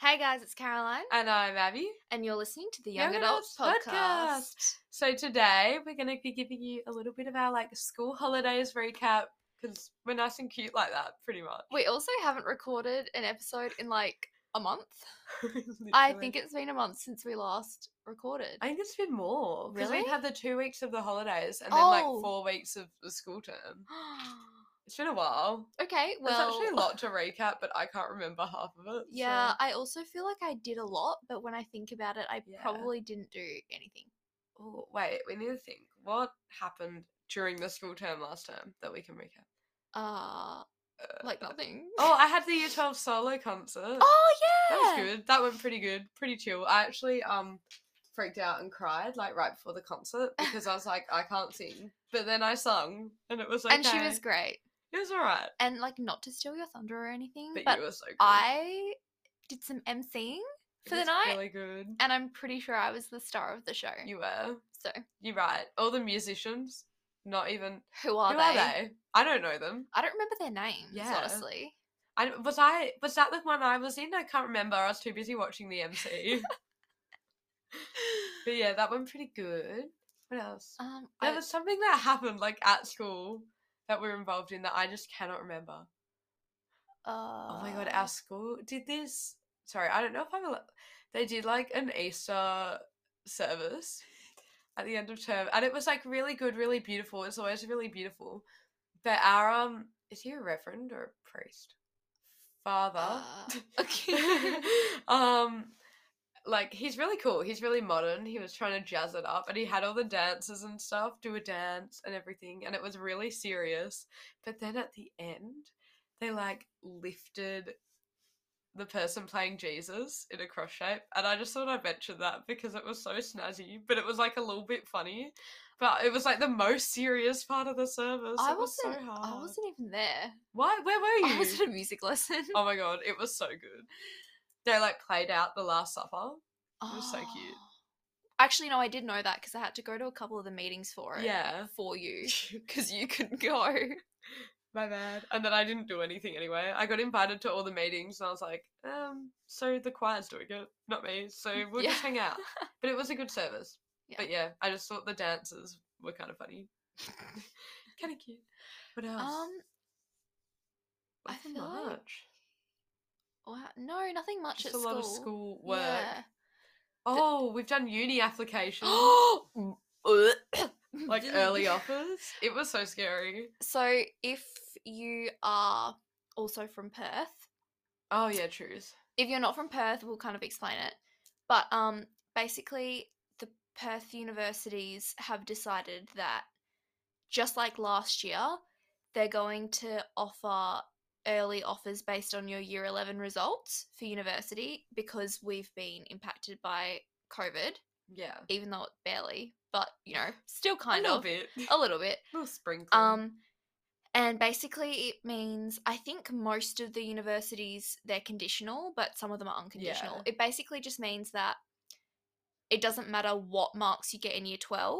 Hey guys, it's Caroline, And I'm Abby. and you're listening to the Young, Adults, Podcast. So today we're going to be giving you a little bit of our like school holidays recap because we're nice and cute like that, pretty much. We also haven't recorded an episode in like a month. I think it's been a month since we last recorded. I think it's been more because Really? we've had the two weeks of the holidays and then like Oh. four weeks of the school term. It's been a while. okay, well, There's actually a lot to recap, but I can't remember half of it. yeah, so- I also feel like I did a lot, but when I think about it, I Yeah. probably didn't do anything. Oh wait, we need to think. What happened during the school term last term that we can recap? Uh, like nothing. Oh, I had the year twelve solo concert. Oh, yeah, That was good. That went pretty good. Pretty chill. I actually um freaked out and cried like right before the concert because I was like, I can't sing. But then I sung and it was okay. And she was great. It was alright. And like, not to steal your thunder or anything, But, Mm, but you were so good. I did some emceeing It for the was night, Really good. and I'm pretty sure I was the star of the show. You were. so You're right. All the musicians, not even who are, who they? are they? I don't know them. I don't remember their names, Yeah. honestly. I was I was that the one I was in? I can't remember. I was too busy watching the MC. but yeah, that went pretty good. What else? Um, There I- was something that happened like at school that we were involved in that I just cannot remember. oh my god, uh, our school did this. Sorry, I don't know if I'm. Al- they did like an Easter service at the end of term, and it was like really good, really beautiful. It's always really beautiful. But our um, is he a reverend or a priest? Father. Uh, okay. um like he's really cool he's really modern he was trying to jazz it up and he had all the dances and stuff do a dance and everything and it was really serious but then at the end they like lifted the person playing jesus in a cross shape and i just thought i'd mention that because it was so snazzy but it was like a little bit funny but it was like the most serious part of the service I it was so wasn't. hard I wasn't even there. why where were you I was at a music lesson. Oh my god, it was so good. They like played out the Last Supper. it was so cute. Oh. Actually, no, I did know that because I had to go to a couple of the meetings for it. Yeah, For you, because you could go. my bad. And then I didn't do anything anyway. I got invited to all the meetings, and I was like, um, so the choir's doing it, not me. So we'll Yeah. just hang out. But it was a good service. Yeah. But yeah, I just thought the dances were kind of funny, kind of cute. What else? Um, I Nothing feel like much. wow, no, nothing much at Just a school. lot of school work. Yeah. Oh, we've done uni applications, like early offers. It was so scary. So, if you are also from Perth, Oh yeah, truth. if you're not from Perth, we'll kind of explain it. But um, basically, the Perth universities have decided that just like last year, they're going to offer early offers based on your year 11 results for university because we've been impacted by COVID, Yeah. even though it barely, but you know, still kind a little of bit. a little bit. little sprinkle. Um, and basically, it means I think most of the universities they're conditional, but some of them are unconditional. Yeah. It basically just means that it doesn't matter what marks you get in year 12,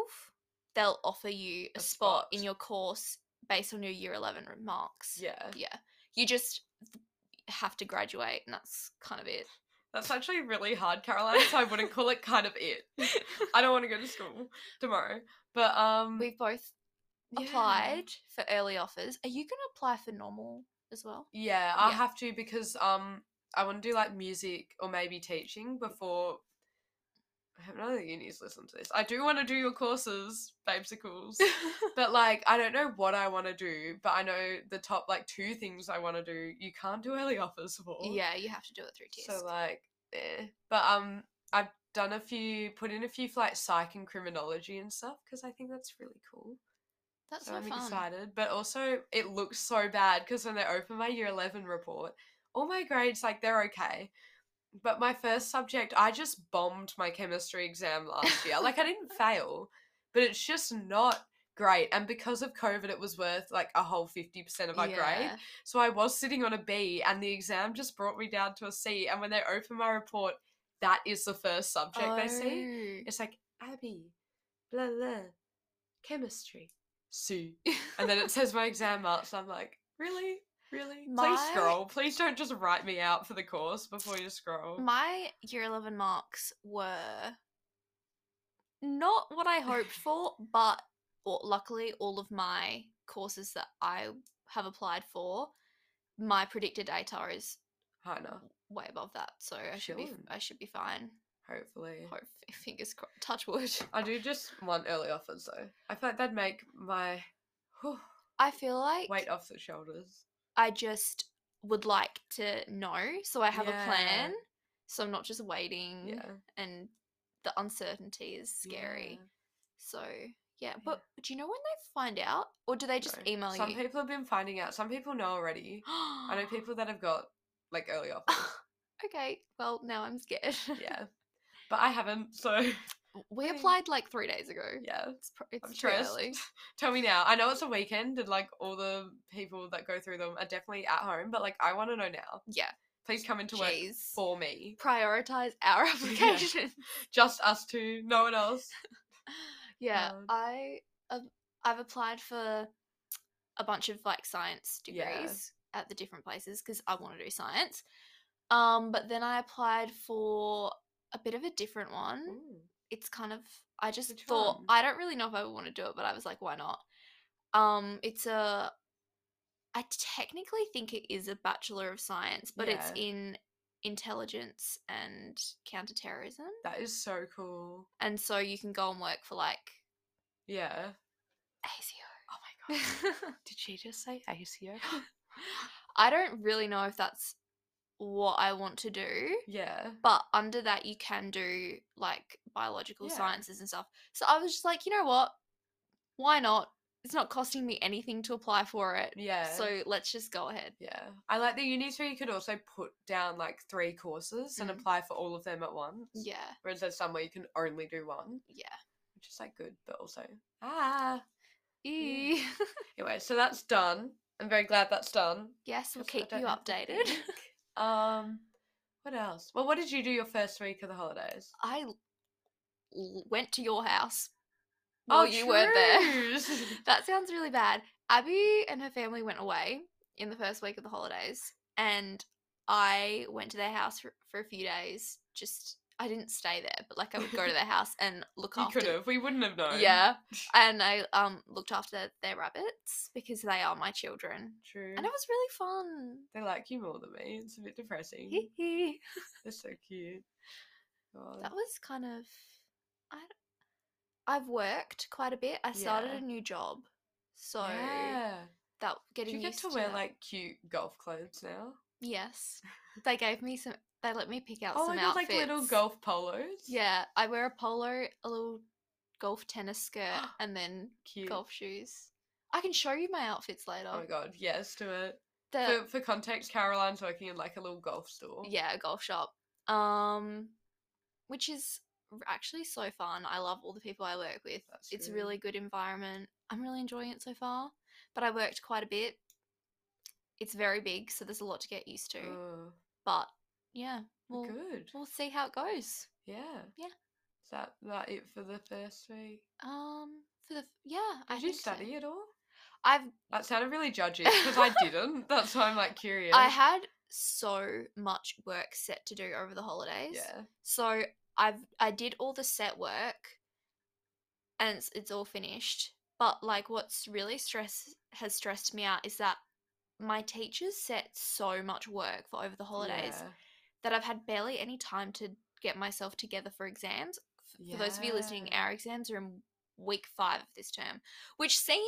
they'll offer you a, A spot in spot. your course based on your year 11 r- marks. yeah. Yeah. You just th- have to graduate, and that's kind of it. That's actually really hard, Caroline, so I wouldn't call it kind of it. I don't want to go to school tomorrow. But um We've both yeah. applied for early offers. Are you going to apply for normal as well? Yeah, I'll Yeah. have to because um I want to do like music or maybe teaching before I have none of the unis listen to this. I do want to do your courses, babesicles. but like I don't know what I want to do, but I know the top like two things I want to do you can't do early offers for. yeah, you have to do it through TISC. So like, eh. But um, I've done a few, put in a few for like psych and criminology and stuff because I think that's really cool. That's so so I'm fun. excited. But also, it looks so bad because when they open my year eleven report, all my grades like they're okay. But my first subject, I just bombed my chemistry exam last year. like I didn't fail, but it's just not great. And because of COVID, it was worth like a whole fifty percent of my grade. Yeah. So I was sitting on a B, and the exam just brought me down to a C. And when they open my report, that is the first subject they see. Oh. It's like Abby, blah blah, chemistry, C, Oh. and then it says my exam marks. and I'm like, really? Really? Please My- scroll. Please don't just write me out for the course before you scroll. My year 11 marks were not what I hoped for, but well, luckily, all of my courses that I have applied for, my predicted ATAR is Hannah, way above that. So I should be Chilling. I should be fine. hopefully. Hope fingers crossed. Touch wood. I do just want early offers though. I feel like that'd make my whew, I feel like weight off the shoulders. I just would like to know, so I have Yeah. a plan. So I'm not just waiting, Yeah. and the uncertainty is scary. yeah. So yeah, but do you know when they find out, or do they just No. email Some you? people have been finding out. Some people know already. I know people that have got like early offers. okay, well now I'm scared. yeah. But I haven't, so we Okay. applied like three days ago. yeah. It's, pr- it's I'm too stressed. early. Tell me now. I know it's a weekend and like all the people that go through them are definitely at home, but like I want to know now. Yeah, Please come into work jeez. for me. Prioritize our application. Just us two, no one else. yeah, God. I I've, I've applied for a bunch of like science Yeah. degrees at the different places because I want to do science. Um, but then I applied for a bit of a different one. It's kind of I just Which thought one? I don't really know if I would want to do it, but I was like, why not? Um, it's a I technically think it is a Bachelor of Science, but it's Yeah. in intelligence and counterterrorism. That is so cool. And so you can go and work for like Yeah. ACO. Oh my god. Did she just say ACO? I don't really know if that's what I want to do, yeah. but under that you can do like biological Yeah. sciences and stuff. So I was just like, you know what? Why not? It's not costing me anything to apply for it. Yeah. So let's just go ahead. yeah. I like that uni three you could also put down like three courses and Mm. apply for all of them at once. Yeah. Whereas there's somewhere you can only do one, Yeah. which is like good, but also ah. Eee. Anyway, so that's done. I'm very glad that's done. yes, we'll 'cause I keep don't you have to updated. think. um, what else? Well, what did you do your first week of the holidays? I l- went to your house. while you weren't there. trues. That sounds really bad. Abby and her family went away in the first week of the holidays, and I went to their house for, for a few days. Just I didn't stay there, but like I would go to their house and look you after. could have. We wouldn't have known. Yeah, and I um looked after their rabbits because they are my children, True. and it was really fun. They like you more than me. It's a bit depressing. Hee hee. They're so cute. God. that was kind of. I. d- I've worked quite a bit. I started Yeah. a new job, so yeah. that Do getting you get used to wear that. like cute golf clothes now? Yes. They gave me some they let me pick out oh, some I got outfits. like little golf polos. Yeah, I wear a polo, a little golf tennis skirt and then Cute. golf shoes. I can show you my outfits later. Oh my god, yes, do it. The- For, for context, Caroline's working in like a little golf store. Uh, yeah, a golf shop. Um which is r- actually so fun. I love all the people I work with. That's it's a true. really good environment. I'm really enjoying it so far, but I worked quite a bit. It's very big, so there's a lot to get used to. Oh, but yeah, well, we'll good. we'll see how it goes. Yeah. yeah. Is that that it for the first week? Um, for the f- yeah, I Did you think so. study at all? I've That sounded really judgy because I didn't. That's why I'm like curious. I had so much work set to do over the holidays. Yeah. So I've I did all the set work, and it's, it's all finished. But like, what's really stress has stressed me out is that my teachers set so much work for over the holidays Yeah. that I've had barely any time to get myself together for exams. F- For those of you listening, Yeah. our exams are in week five of this term, which seems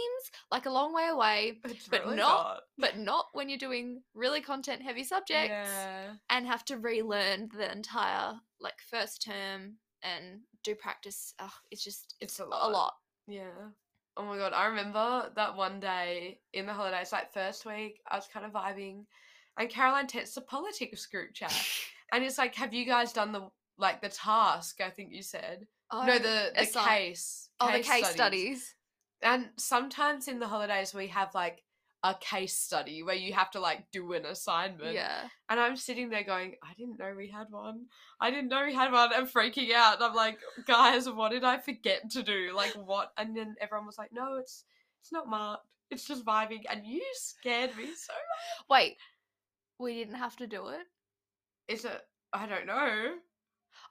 like a long way away, It's but really not not. but not when you're doing really content heavy subjects Yeah. and have to relearn the entire like first term and do practice. Ugh, it's just It's a a lot. lot. Yeah. Oh my god, I remember that one day in the holidays, like first week, I was kind of vibing, and Caroline texts the politics group chat, and it's like, "Have you guys done the like the task?" I think you said. Oh, no, the the assi- case. Oh, the case studies. studies. And sometimes in the holidays we have like a case study where you have to like do an assignment. Yeah, And I'm sitting there going, I didn't know we had one. I didn't know we had one. I'm freaking out. And I'm like, guys, what did I forget to do? Like, what? And then everyone was like, no, it's it's not marked. It's just vibing, and you scared me so. much. Wait, we didn't have to do it. Is it? I don't know.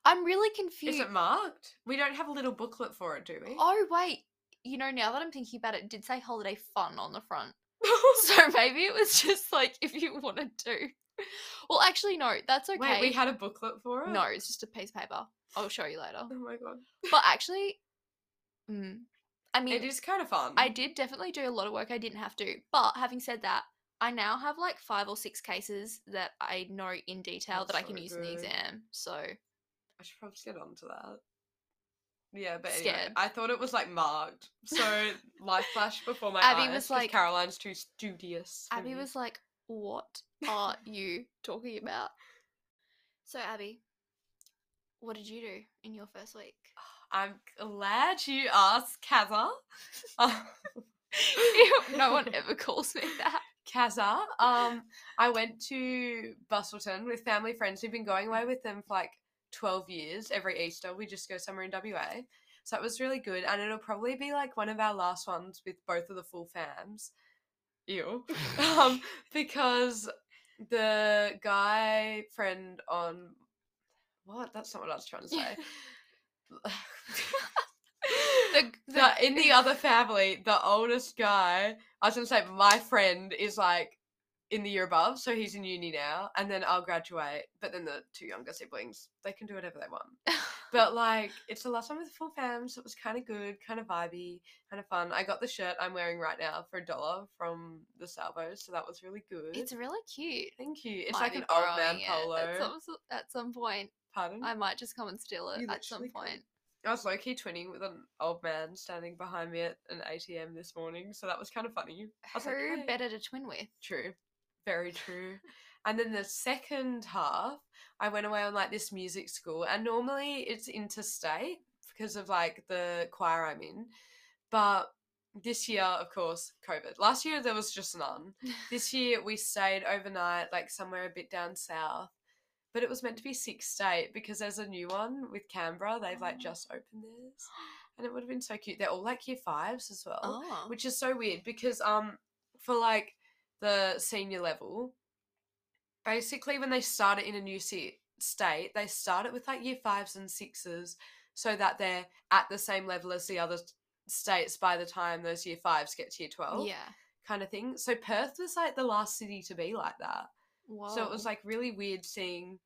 I'm really confused. Is it marked? We don't have a little booklet for it, do we? oh wait, you know now that I'm thinking about it, it did say holiday fun on the front, so maybe it was just like if you wanted to. Well, actually, no, that's okay. Wait, we had a booklet for it. no, it's just a piece of paper. I'll show you later. Oh my god. But actually, mm, I mean, It is kind of fun. I did definitely do a lot of work I didn't have to. But having said that, I now have like five or six cases that I know in detail That's that I so can use in the good. exam. So I should probably get onto that. Yeah, but anyway, Scared. I thought it was like marked. So life flashed before my Abby eyes. was 'cause like- Caroline's too studious. for Abby me. was like, What are you talking about? So, Abby, what did you do in your first week? I'm glad you asked, Uh, Kaza. no one ever calls me that. Kaza. Um, I went to Bustleton with family friends. We've been going away with them for like 12 years. Every Easter, we just go somewhere in WA. So that was really good. And it'll probably be like one of our last ones with both of the full fams. Ew. um, because the guy friend on. What? That's not what I was trying to say. The, the, the, in the other family, the oldest guy, I was gonna say my friend is like in the year above, so he's in uni now, and then I'll graduate. But then the two younger siblings, they can do whatever they want. But like, it's the last one with the full fam, so it was kind of good, kind of vibey, kind of fun. I got the shirt I'm wearing right now for a dollar from the Salvos, so that was really good. it's really cute. Thank you. It's Might like be an old man borrowing it polo. At some, s- at some point, Pardon? I might just come and steal it You at some literally could. point. I was low key twinning with an old man standing behind me at an ATM this morning, so that was kind of funny. I was like, Who "Hey." better to twin with? True. Very true. And then the second half, I went away on like this music school, and normally it's interstate because of like the choir I'm in. But this year, of course, COVID. Last year there was just none. This year we stayed overnight, like somewhere a bit down south. But it was meant to be six state because there's a new one with Canberra. They've like Oh. just opened theirs. And it would have been so cute. They're all like year fives as well Oh. which is so weird because um for like the senior level basically when they start it in a new se- state they start it with like year fives and sixes so that they're at the same level as the other s- states by the time those year fives get to year 12 yeah. kind of thing so perth was like the last city to be like that so it was Whoa. like really weird seeing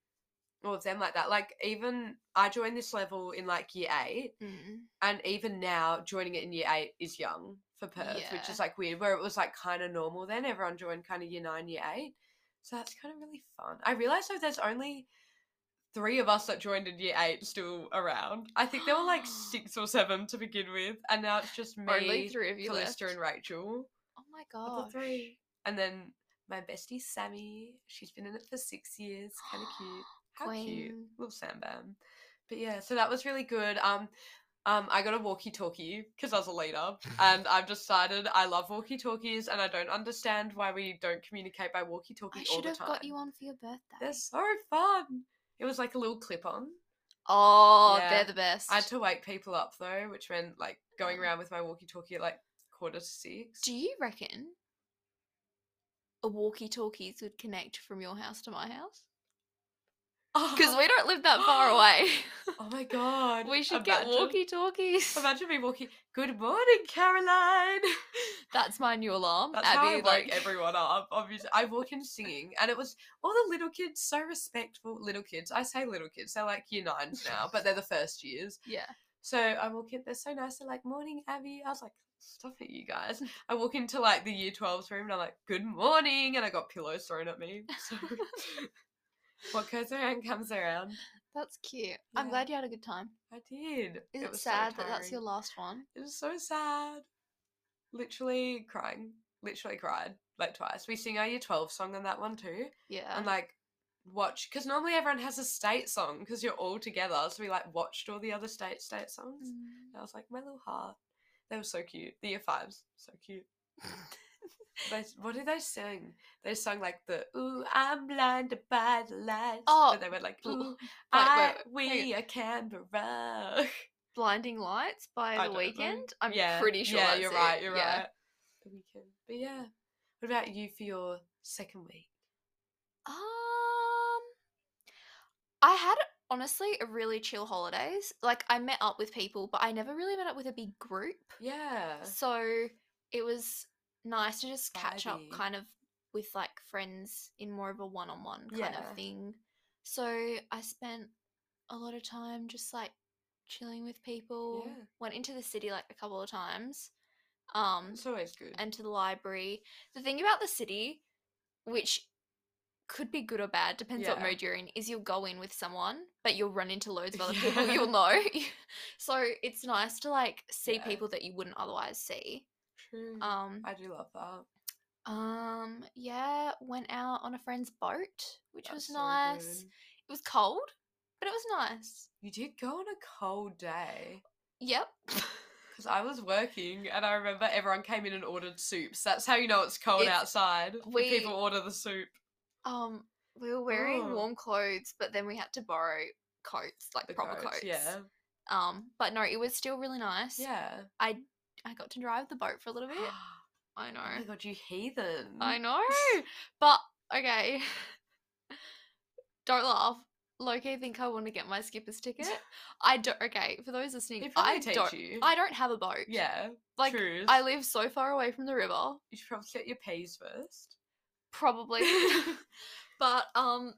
all of them like that like even i joined this level in like year eight Mm. and even now joining it in year eight is young for Perth, which Yeah. is like weird. Where it was like kind of normal then, everyone joined kind of year nine, year eight. So that's kind of really fun. I realized though there's only three of us that joined in year eight still around. I think there were like six or seven to begin with, and now it's just me, Only three of you left. Callista, and Rachel. Oh my are god. The three, and then my bestie Sammy. She's been in it for six years. Kind of cute. How cute. Queen. Little Sam Bam. But yeah, so that was really good. Um um, I got a walkie-talkie because I was a leader, and I've decided I love walkie-talkies, and I don't understand why we don't communicate by I walkie-talkie all should the have time. got you on for your birthday. They're so fun. It was like a little clip-on. Oh, Yeah. they're the best. I had to wake people up though, which meant like going Um. around with my walkie-talkie at like quarter to six. Do you reckon a walkie-talkies would connect from your house to my house? Because we don't live that far away. oh my god, we should get Imagine- walkie-talkies. Imagine me walking. Good morning, Caroline. That's my new alarm. That's Abby, how I woke like everyone up. Obviously, I walk in singing, and it was all the little kids so respectful. Little kids, I say little kids. They're like year nines now, but they're the first years. Yeah. So I walk in. They're so nice. They're like, "Morning, Abby." I was like, "Stop it, you guys." I walk into like the year 12's room, and I'm like, "Good morning," and I got pillows thrown at me. So what goes around comes around. That's cute. Yeah. I'm glad you had a good time. I did. Is it, was so sad that that's tiring. your last one? It was so sad. Literally crying. Literally cried like twice. We sing our year 12 song on that one too. Yeah. And like watch, because normally everyone has a state song because you're all together. So we like watched all the other state state songs. Mm. And I was like, my little heart. They were so cute. The year fives, so cute. Mm. They, what did they sing? They sung like the "Ooh, I'm blinded by the lights." Oh, but they went like bl- "Ooh, I, wait, wait, hang we are Canberra." Blinding Lights by I The don't know. Weekend. I'm Yeah, pretty sure. Yeah, that's you're it, right. You're yeah. right. the weekend. But yeah, what about you for your second week? Um, I had honestly a really chill holidays. Like I met up with people, but I never really met up with a big group. Yeah. So it was nice to just catch up Vibey. kind of with like friends in more of a one on one kind Yeah. of thing. So I spent a lot of time just like chilling with people. Yeah. Went into the city like a couple of times. Um It's always good. and to the library. The thing about the city, which could be good or bad, depends what Yeah. mood you're in, is you'll go in with someone, but you'll run into loads of other people Yeah. you'll know. so it's nice to like see Yeah. people that you wouldn't otherwise see. True. Um, I do love that. um, yeah, went out on a friend's boat, which That's was so nice. good. It was cold, but it was nice. You did go on a cold day. Yep. Because I was working and I remember everyone came in and ordered soups. That's how you know it's cold It's- outside. when we- people order the soup. Um, we were wearing Oh. warm clothes, but then we had to borrow coats, like The proper coats, coats. Yeah. Um, but no, it was still really nice. Yeah. I I got to drive the boat for a little bit. oh I my know. god, you heathen. I know. But okay. Don't laugh. Loki think I want to get my skipper's ticket. I don't okay, for those listening, They probably I teach don't you. I don't have a boat. yeah. Like true. I live so far away from the river. you should probably get your P's first. Probably. but um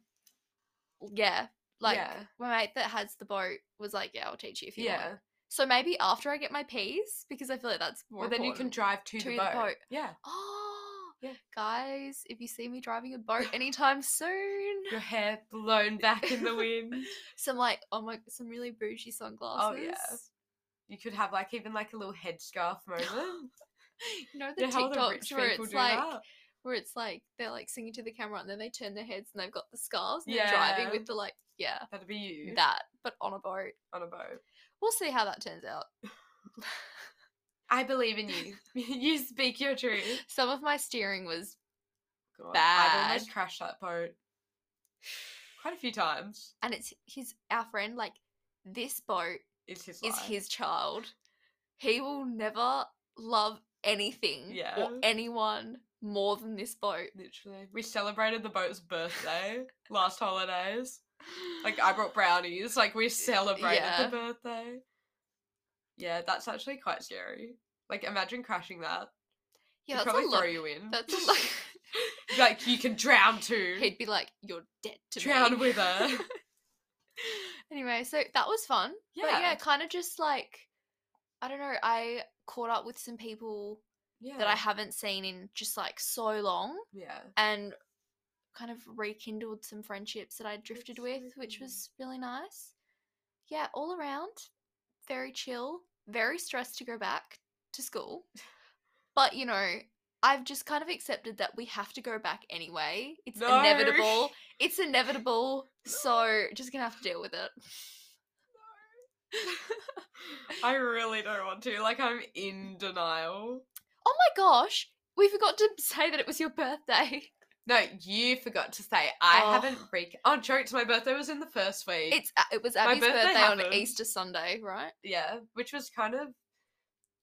yeah. Like Yeah. my mate that has the boat was like, Yeah, I'll teach you if you yeah. want. So maybe after I get my P's, because I feel like that's more Well, then you can important. drive to, To the, the boat. boat. Yeah. Oh, Yeah. guys, if you see me driving a boat anytime soon, Your hair blown back in the wind. some like oh my, some really bougie sunglasses. Oh, yeah. You could have like even like a little headscarf moment. You know the Yeah, how the TikToks rich where people it's do like that. where it's like they're like singing to the camera and then they turn their heads and they've got the scarves and they're driving Yeah. with the like yeah That'd be you that but on a boat. on a boat. We'll see how that turns out. I believe in you. you speak your truth. Some of my steering was God, I've Bad. almost crashed that boat quite a few times. and it's his our friend like this boat It's his. is life. his child. He will never love anything or Yeah. anyone more than this boat. Literally, we celebrated the boat's birthday last holidays. Like I brought brownies. Like we celebrated Yeah. the birthday. Yeah, that's actually quite scary. Like imagine crashing that. yeah, They'd that's probably a lot. throw you in. That's a lot. like you can drown too. He'd be like, "You're dead to me." Drown with her. anyway, so that was fun. Yeah, but yeah, Yeah. kind of just like I don't know. I caught up with some people yeah. that I haven't seen in just like so long, Yeah. and kind of rekindled some friendships that I drifted so with, which cool. was really nice. Yeah, all around, very chill, very stressed to go back to school. But, you know, I've just kind of accepted that we have to go back anyway. It's No. inevitable. It's inevitable. So, just gonna have to deal with it. I really don't want to. Like I'm in denial. Oh my gosh, we forgot to say that it was your birthday. No, you forgot to say. I Oh. haven't re- Oh, jokes. My birthday was in the first week. It's a- it was Abby's birthday birthday, on happened. Easter Sunday, right? yeah, which was kind of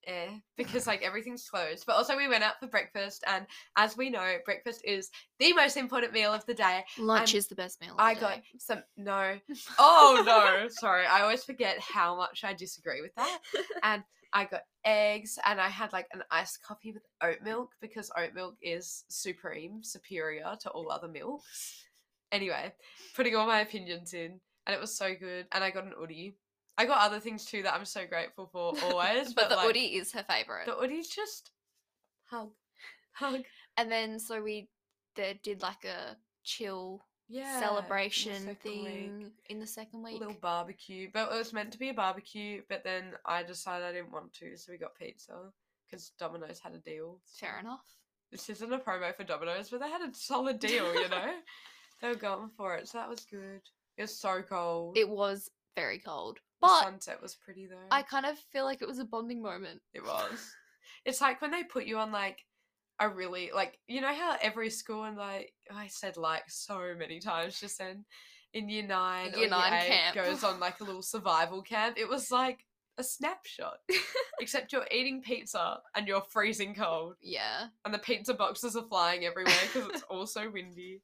eh because like everything's closed. But also we went out for breakfast, and as we know, breakfast is the most important meal of the day. Lunch I'm- is the best meal. Of the I day. got some no. Oh no, sorry. I always forget how much I disagree with that. And I got eggs, and I had like an iced coffee with oat milk because oat milk is supreme, superior to all other milks. Anyway, putting all my opinions in, and it was so good. And I got an hoodie. I got other things too that I'm so grateful for always. but, the like, Udi is her favorite. the hoodie's just hug, hug. and then so we they did like a chill Yeah, in the celebration second week. thing in the second week. little barbecue, but it was meant to be a barbecue. But then I decided I didn't want to, so we got pizza because Domino's had a deal. Fair enough. This isn't a promo for Domino's, but they had a solid deal, you know. they were going for it, so that was good. It was so cold. It was very cold, the but sunset was pretty though. I kind of feel like it was a bonding moment. It was. It's like when they put you on like a really like you know how every school and like I said like so many times just then in year nine or Year nine eight camp. goes on like a little survival camp. It was like a snapshot. Except you're eating pizza and you're freezing cold, Yeah. and the pizza boxes are flying everywhere because it's also windy.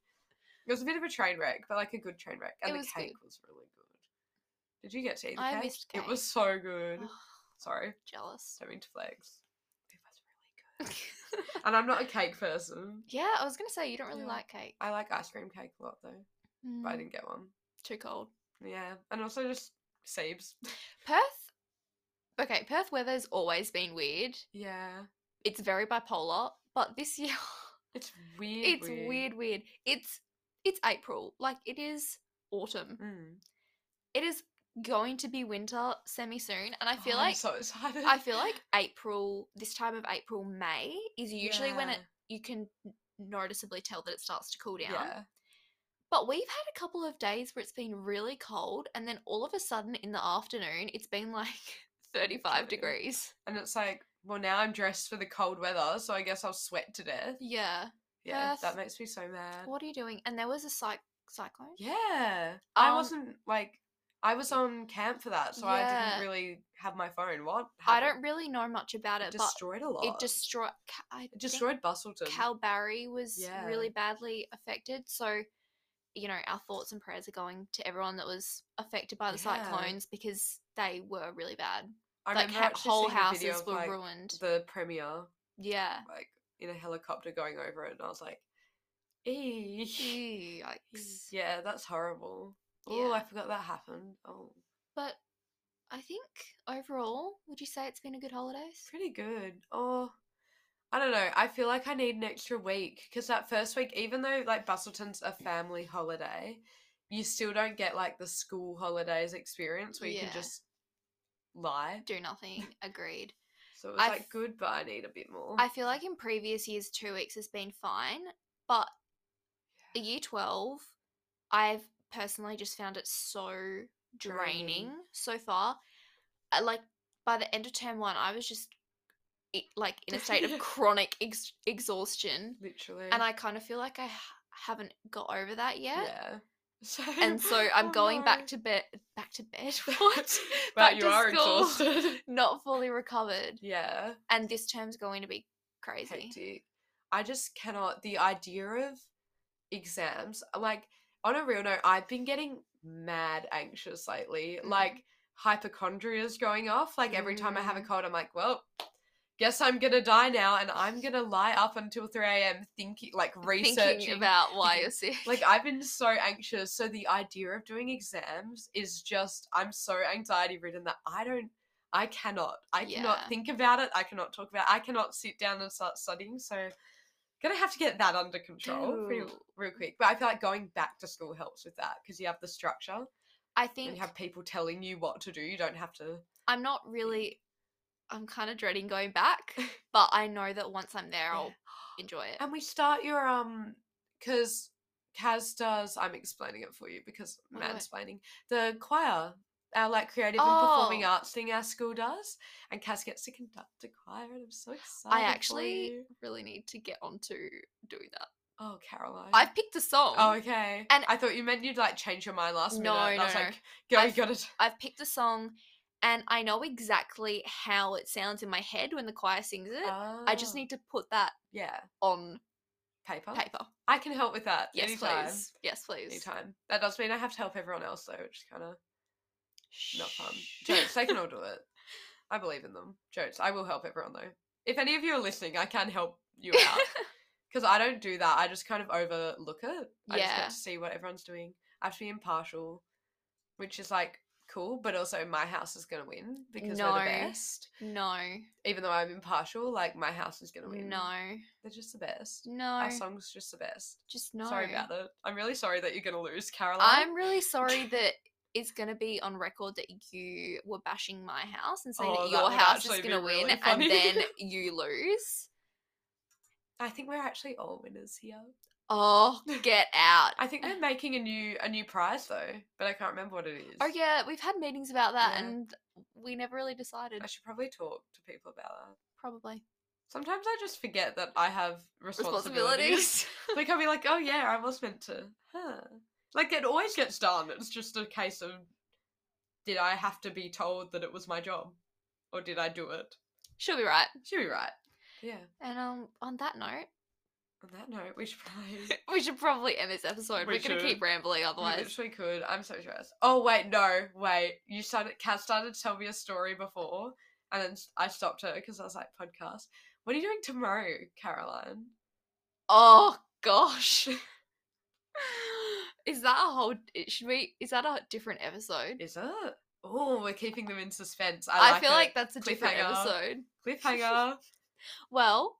It was a bit of a train wreck, but like a good train wreck, and It the was cake was really good. Did you get to eat the I cake? missed It was so good. Ugh, Sorry, jealous. don't mean to flex. It was really good, and I'm not a cake person. yeah, I was gonna say you don't really Yeah. like cake. I like ice cream cake a lot though, but I Mm, didn't get one. Too cold. Yeah, and also just Sabes. Perth. Okay, Perth weather's always been weird. Yeah, It's very bipolar, but this year it's weird. it's weird, weird. It's it's April. Like it is autumn. Mm. It is going to be winter semi soon, and I feel Oh, I'm like so excited. I feel like April, this time of April, May is usually when it Yeah. you can n- noticeably tell that it starts to cool down. Yeah. But we've had a couple of days where it's been really cold, and then all of a sudden in the afternoon, it's been like 35 True. degrees. And it's like, well, now I'm dressed for the cold weather, so I guess I'll sweat to death. Yeah. Yeah, Perth. that makes me so mad. What are you doing? And there was a cy- cyclone. Yeah. I Um, wasn't like, I was on camp for that, so I Yeah. didn't really have my phone. What? I happened? don't really know much about It it, destroyed a lot. but it destroyed. I It think destroyed Bustleton. Calbarry was Yeah. really badly affected. So, you know, our thoughts and prayers are going to everyone that was affected by the Yeah. cyclones because they were really bad. I like remember ha- actually whole seeing a video houses of, were like, ruined. The premiere, yeah. like in a helicopter going over it, and I was like, Ew, eee. Eee. Yikes. Yeah, that's horrible. Oh, I Yeah. forgot that happened. Oh, But I think overall, would you say it's been a good holidays? pretty good. Oh, I don't know. I feel like I need an extra week because that first week, even though like Bustleton's a family holiday, you still don't get like the school holidays experience where you Yeah. can just lie. Do nothing. Agreed. So it was I like f- good, but I need a bit more. I feel like in previous years, two weeks has been fine, but year 12, I've personally just found it so draining, Draining. so far. I, like, by the end of term one, I was just e- like in a state of Yeah. chronic ex- exhaustion, literally, and I kind of feel like I h- haven't got over that yet. yeah. So, And so I'm oh going back no. to bed, back to bed. What? Wow, back you to are school. exhausted. Not fully recovered, yeah. and this term's going to be crazy. hectic. I just cannot. The idea of exams, like on a real note, I've been getting mad anxious lately. Mm. Like hypochondria is going off. Like every time I have a Mm. cold, I'm like, well, guess I'm gonna die now, and I'm gonna lie up until three a.m. thinking, like thinking researching. about why thinking- you're sick. like I've been so anxious. So the idea of doing exams is just I'm so anxiety ridden that I don't I cannot. I Yeah. cannot think about it. I cannot talk about it. I cannot sit down and start studying. So gonna have to get that under control pretty, No. real quick. But I feel like going back to school helps with that because you have the structure I and think you have Mm. people telling you what to do. You don't have to I'm not really. I'm kind of dreading going back, but I know that once I'm there, I'll enjoy it. And we start your um because Kaz does I'm explaining it for you because What do I- mansplaining. The choir, our like creative and performing Oh. arts thing our school does. And Kaz gets to conduct a choir and I'm so excited. I for actually you. really need to get onto doing that. Oh Caroline. I've picked a song. Oh okay. and- And I thought you meant you'd like change your mind last No, minute. and no, I was no. like, go you I've- got it. I've picked a song, and I know exactly how it sounds in my head when the choir sings it. I just Ah, need to put that Yeah. on Paper. paper. I can help with that. Yes, Oh, anytime. please. Yes, please. Anytime. That does mean I have to help everyone else though, which is kinda not fun. Shh. Jokes, um, they can all do it. I believe in them. Jokes, I will help everyone though. If any of you are listening, I can help you out because I don't do that. I just kind of overlook it. I just Yeah. get to see what everyone's doing. I have to be impartial, which is like cool, but also my house is gonna win because we're No. the best. no, Even though I'm impartial, like my house is gonna win. no, they're just the best. no. Our song's just the best. Just no. Sorry about it. I'm really sorry that you're gonna lose, Caroline. I'm really sorry that it's gonna be on record that you were bashing my house and saying Oh, that that your would house is actually be gonna really win, funny. and then you lose. I think we're actually all winners here. Oh, get out! I think they're making a new a new prize though, but I can't remember what it is. Oh yeah, we've had meetings about that, Yeah. and we never really decided. I should probably talk to people about that. Probably Sometimes I just forget that I have responsibilities. responsibilities. like I'll be like, oh yeah, I was meant to. Huh. Like it always gets done. It's just a case of did I have to be told that it was my job? Or did I do it? She'll be right. She'll be right. Yeah. And um, on that note, On that note, we should probably. we should probably end this episode. We We are going to should. keep rambling We otherwise. literally could. I'm so stressed. Oh wait, no, wait. You started. Kat started to tell me a story before, and then s- I stopped her because I was like, podcast. What are you doing tomorrow, Caroline? Oh gosh. Is that a whole? it- Should we? Is that a different episode? Is it? Oh, we're keeping them in suspense. I, I, like feel it. like that's a different Cliffhanger. episode. cliffhanger. Well,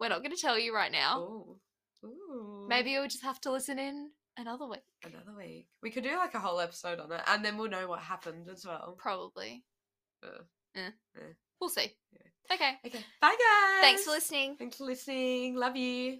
we're not going to tell you right now. Ooh. Ooh. Oh. Maybe you'll just have to listen in another week. another week. We could do like a whole episode on it, and then we'll know what happened as well. Probably. Uh, Eh. eh. We'll see. Yeah. Okay. Okay. Bye guys. Thanks for listening. Thanks for listening. Love you.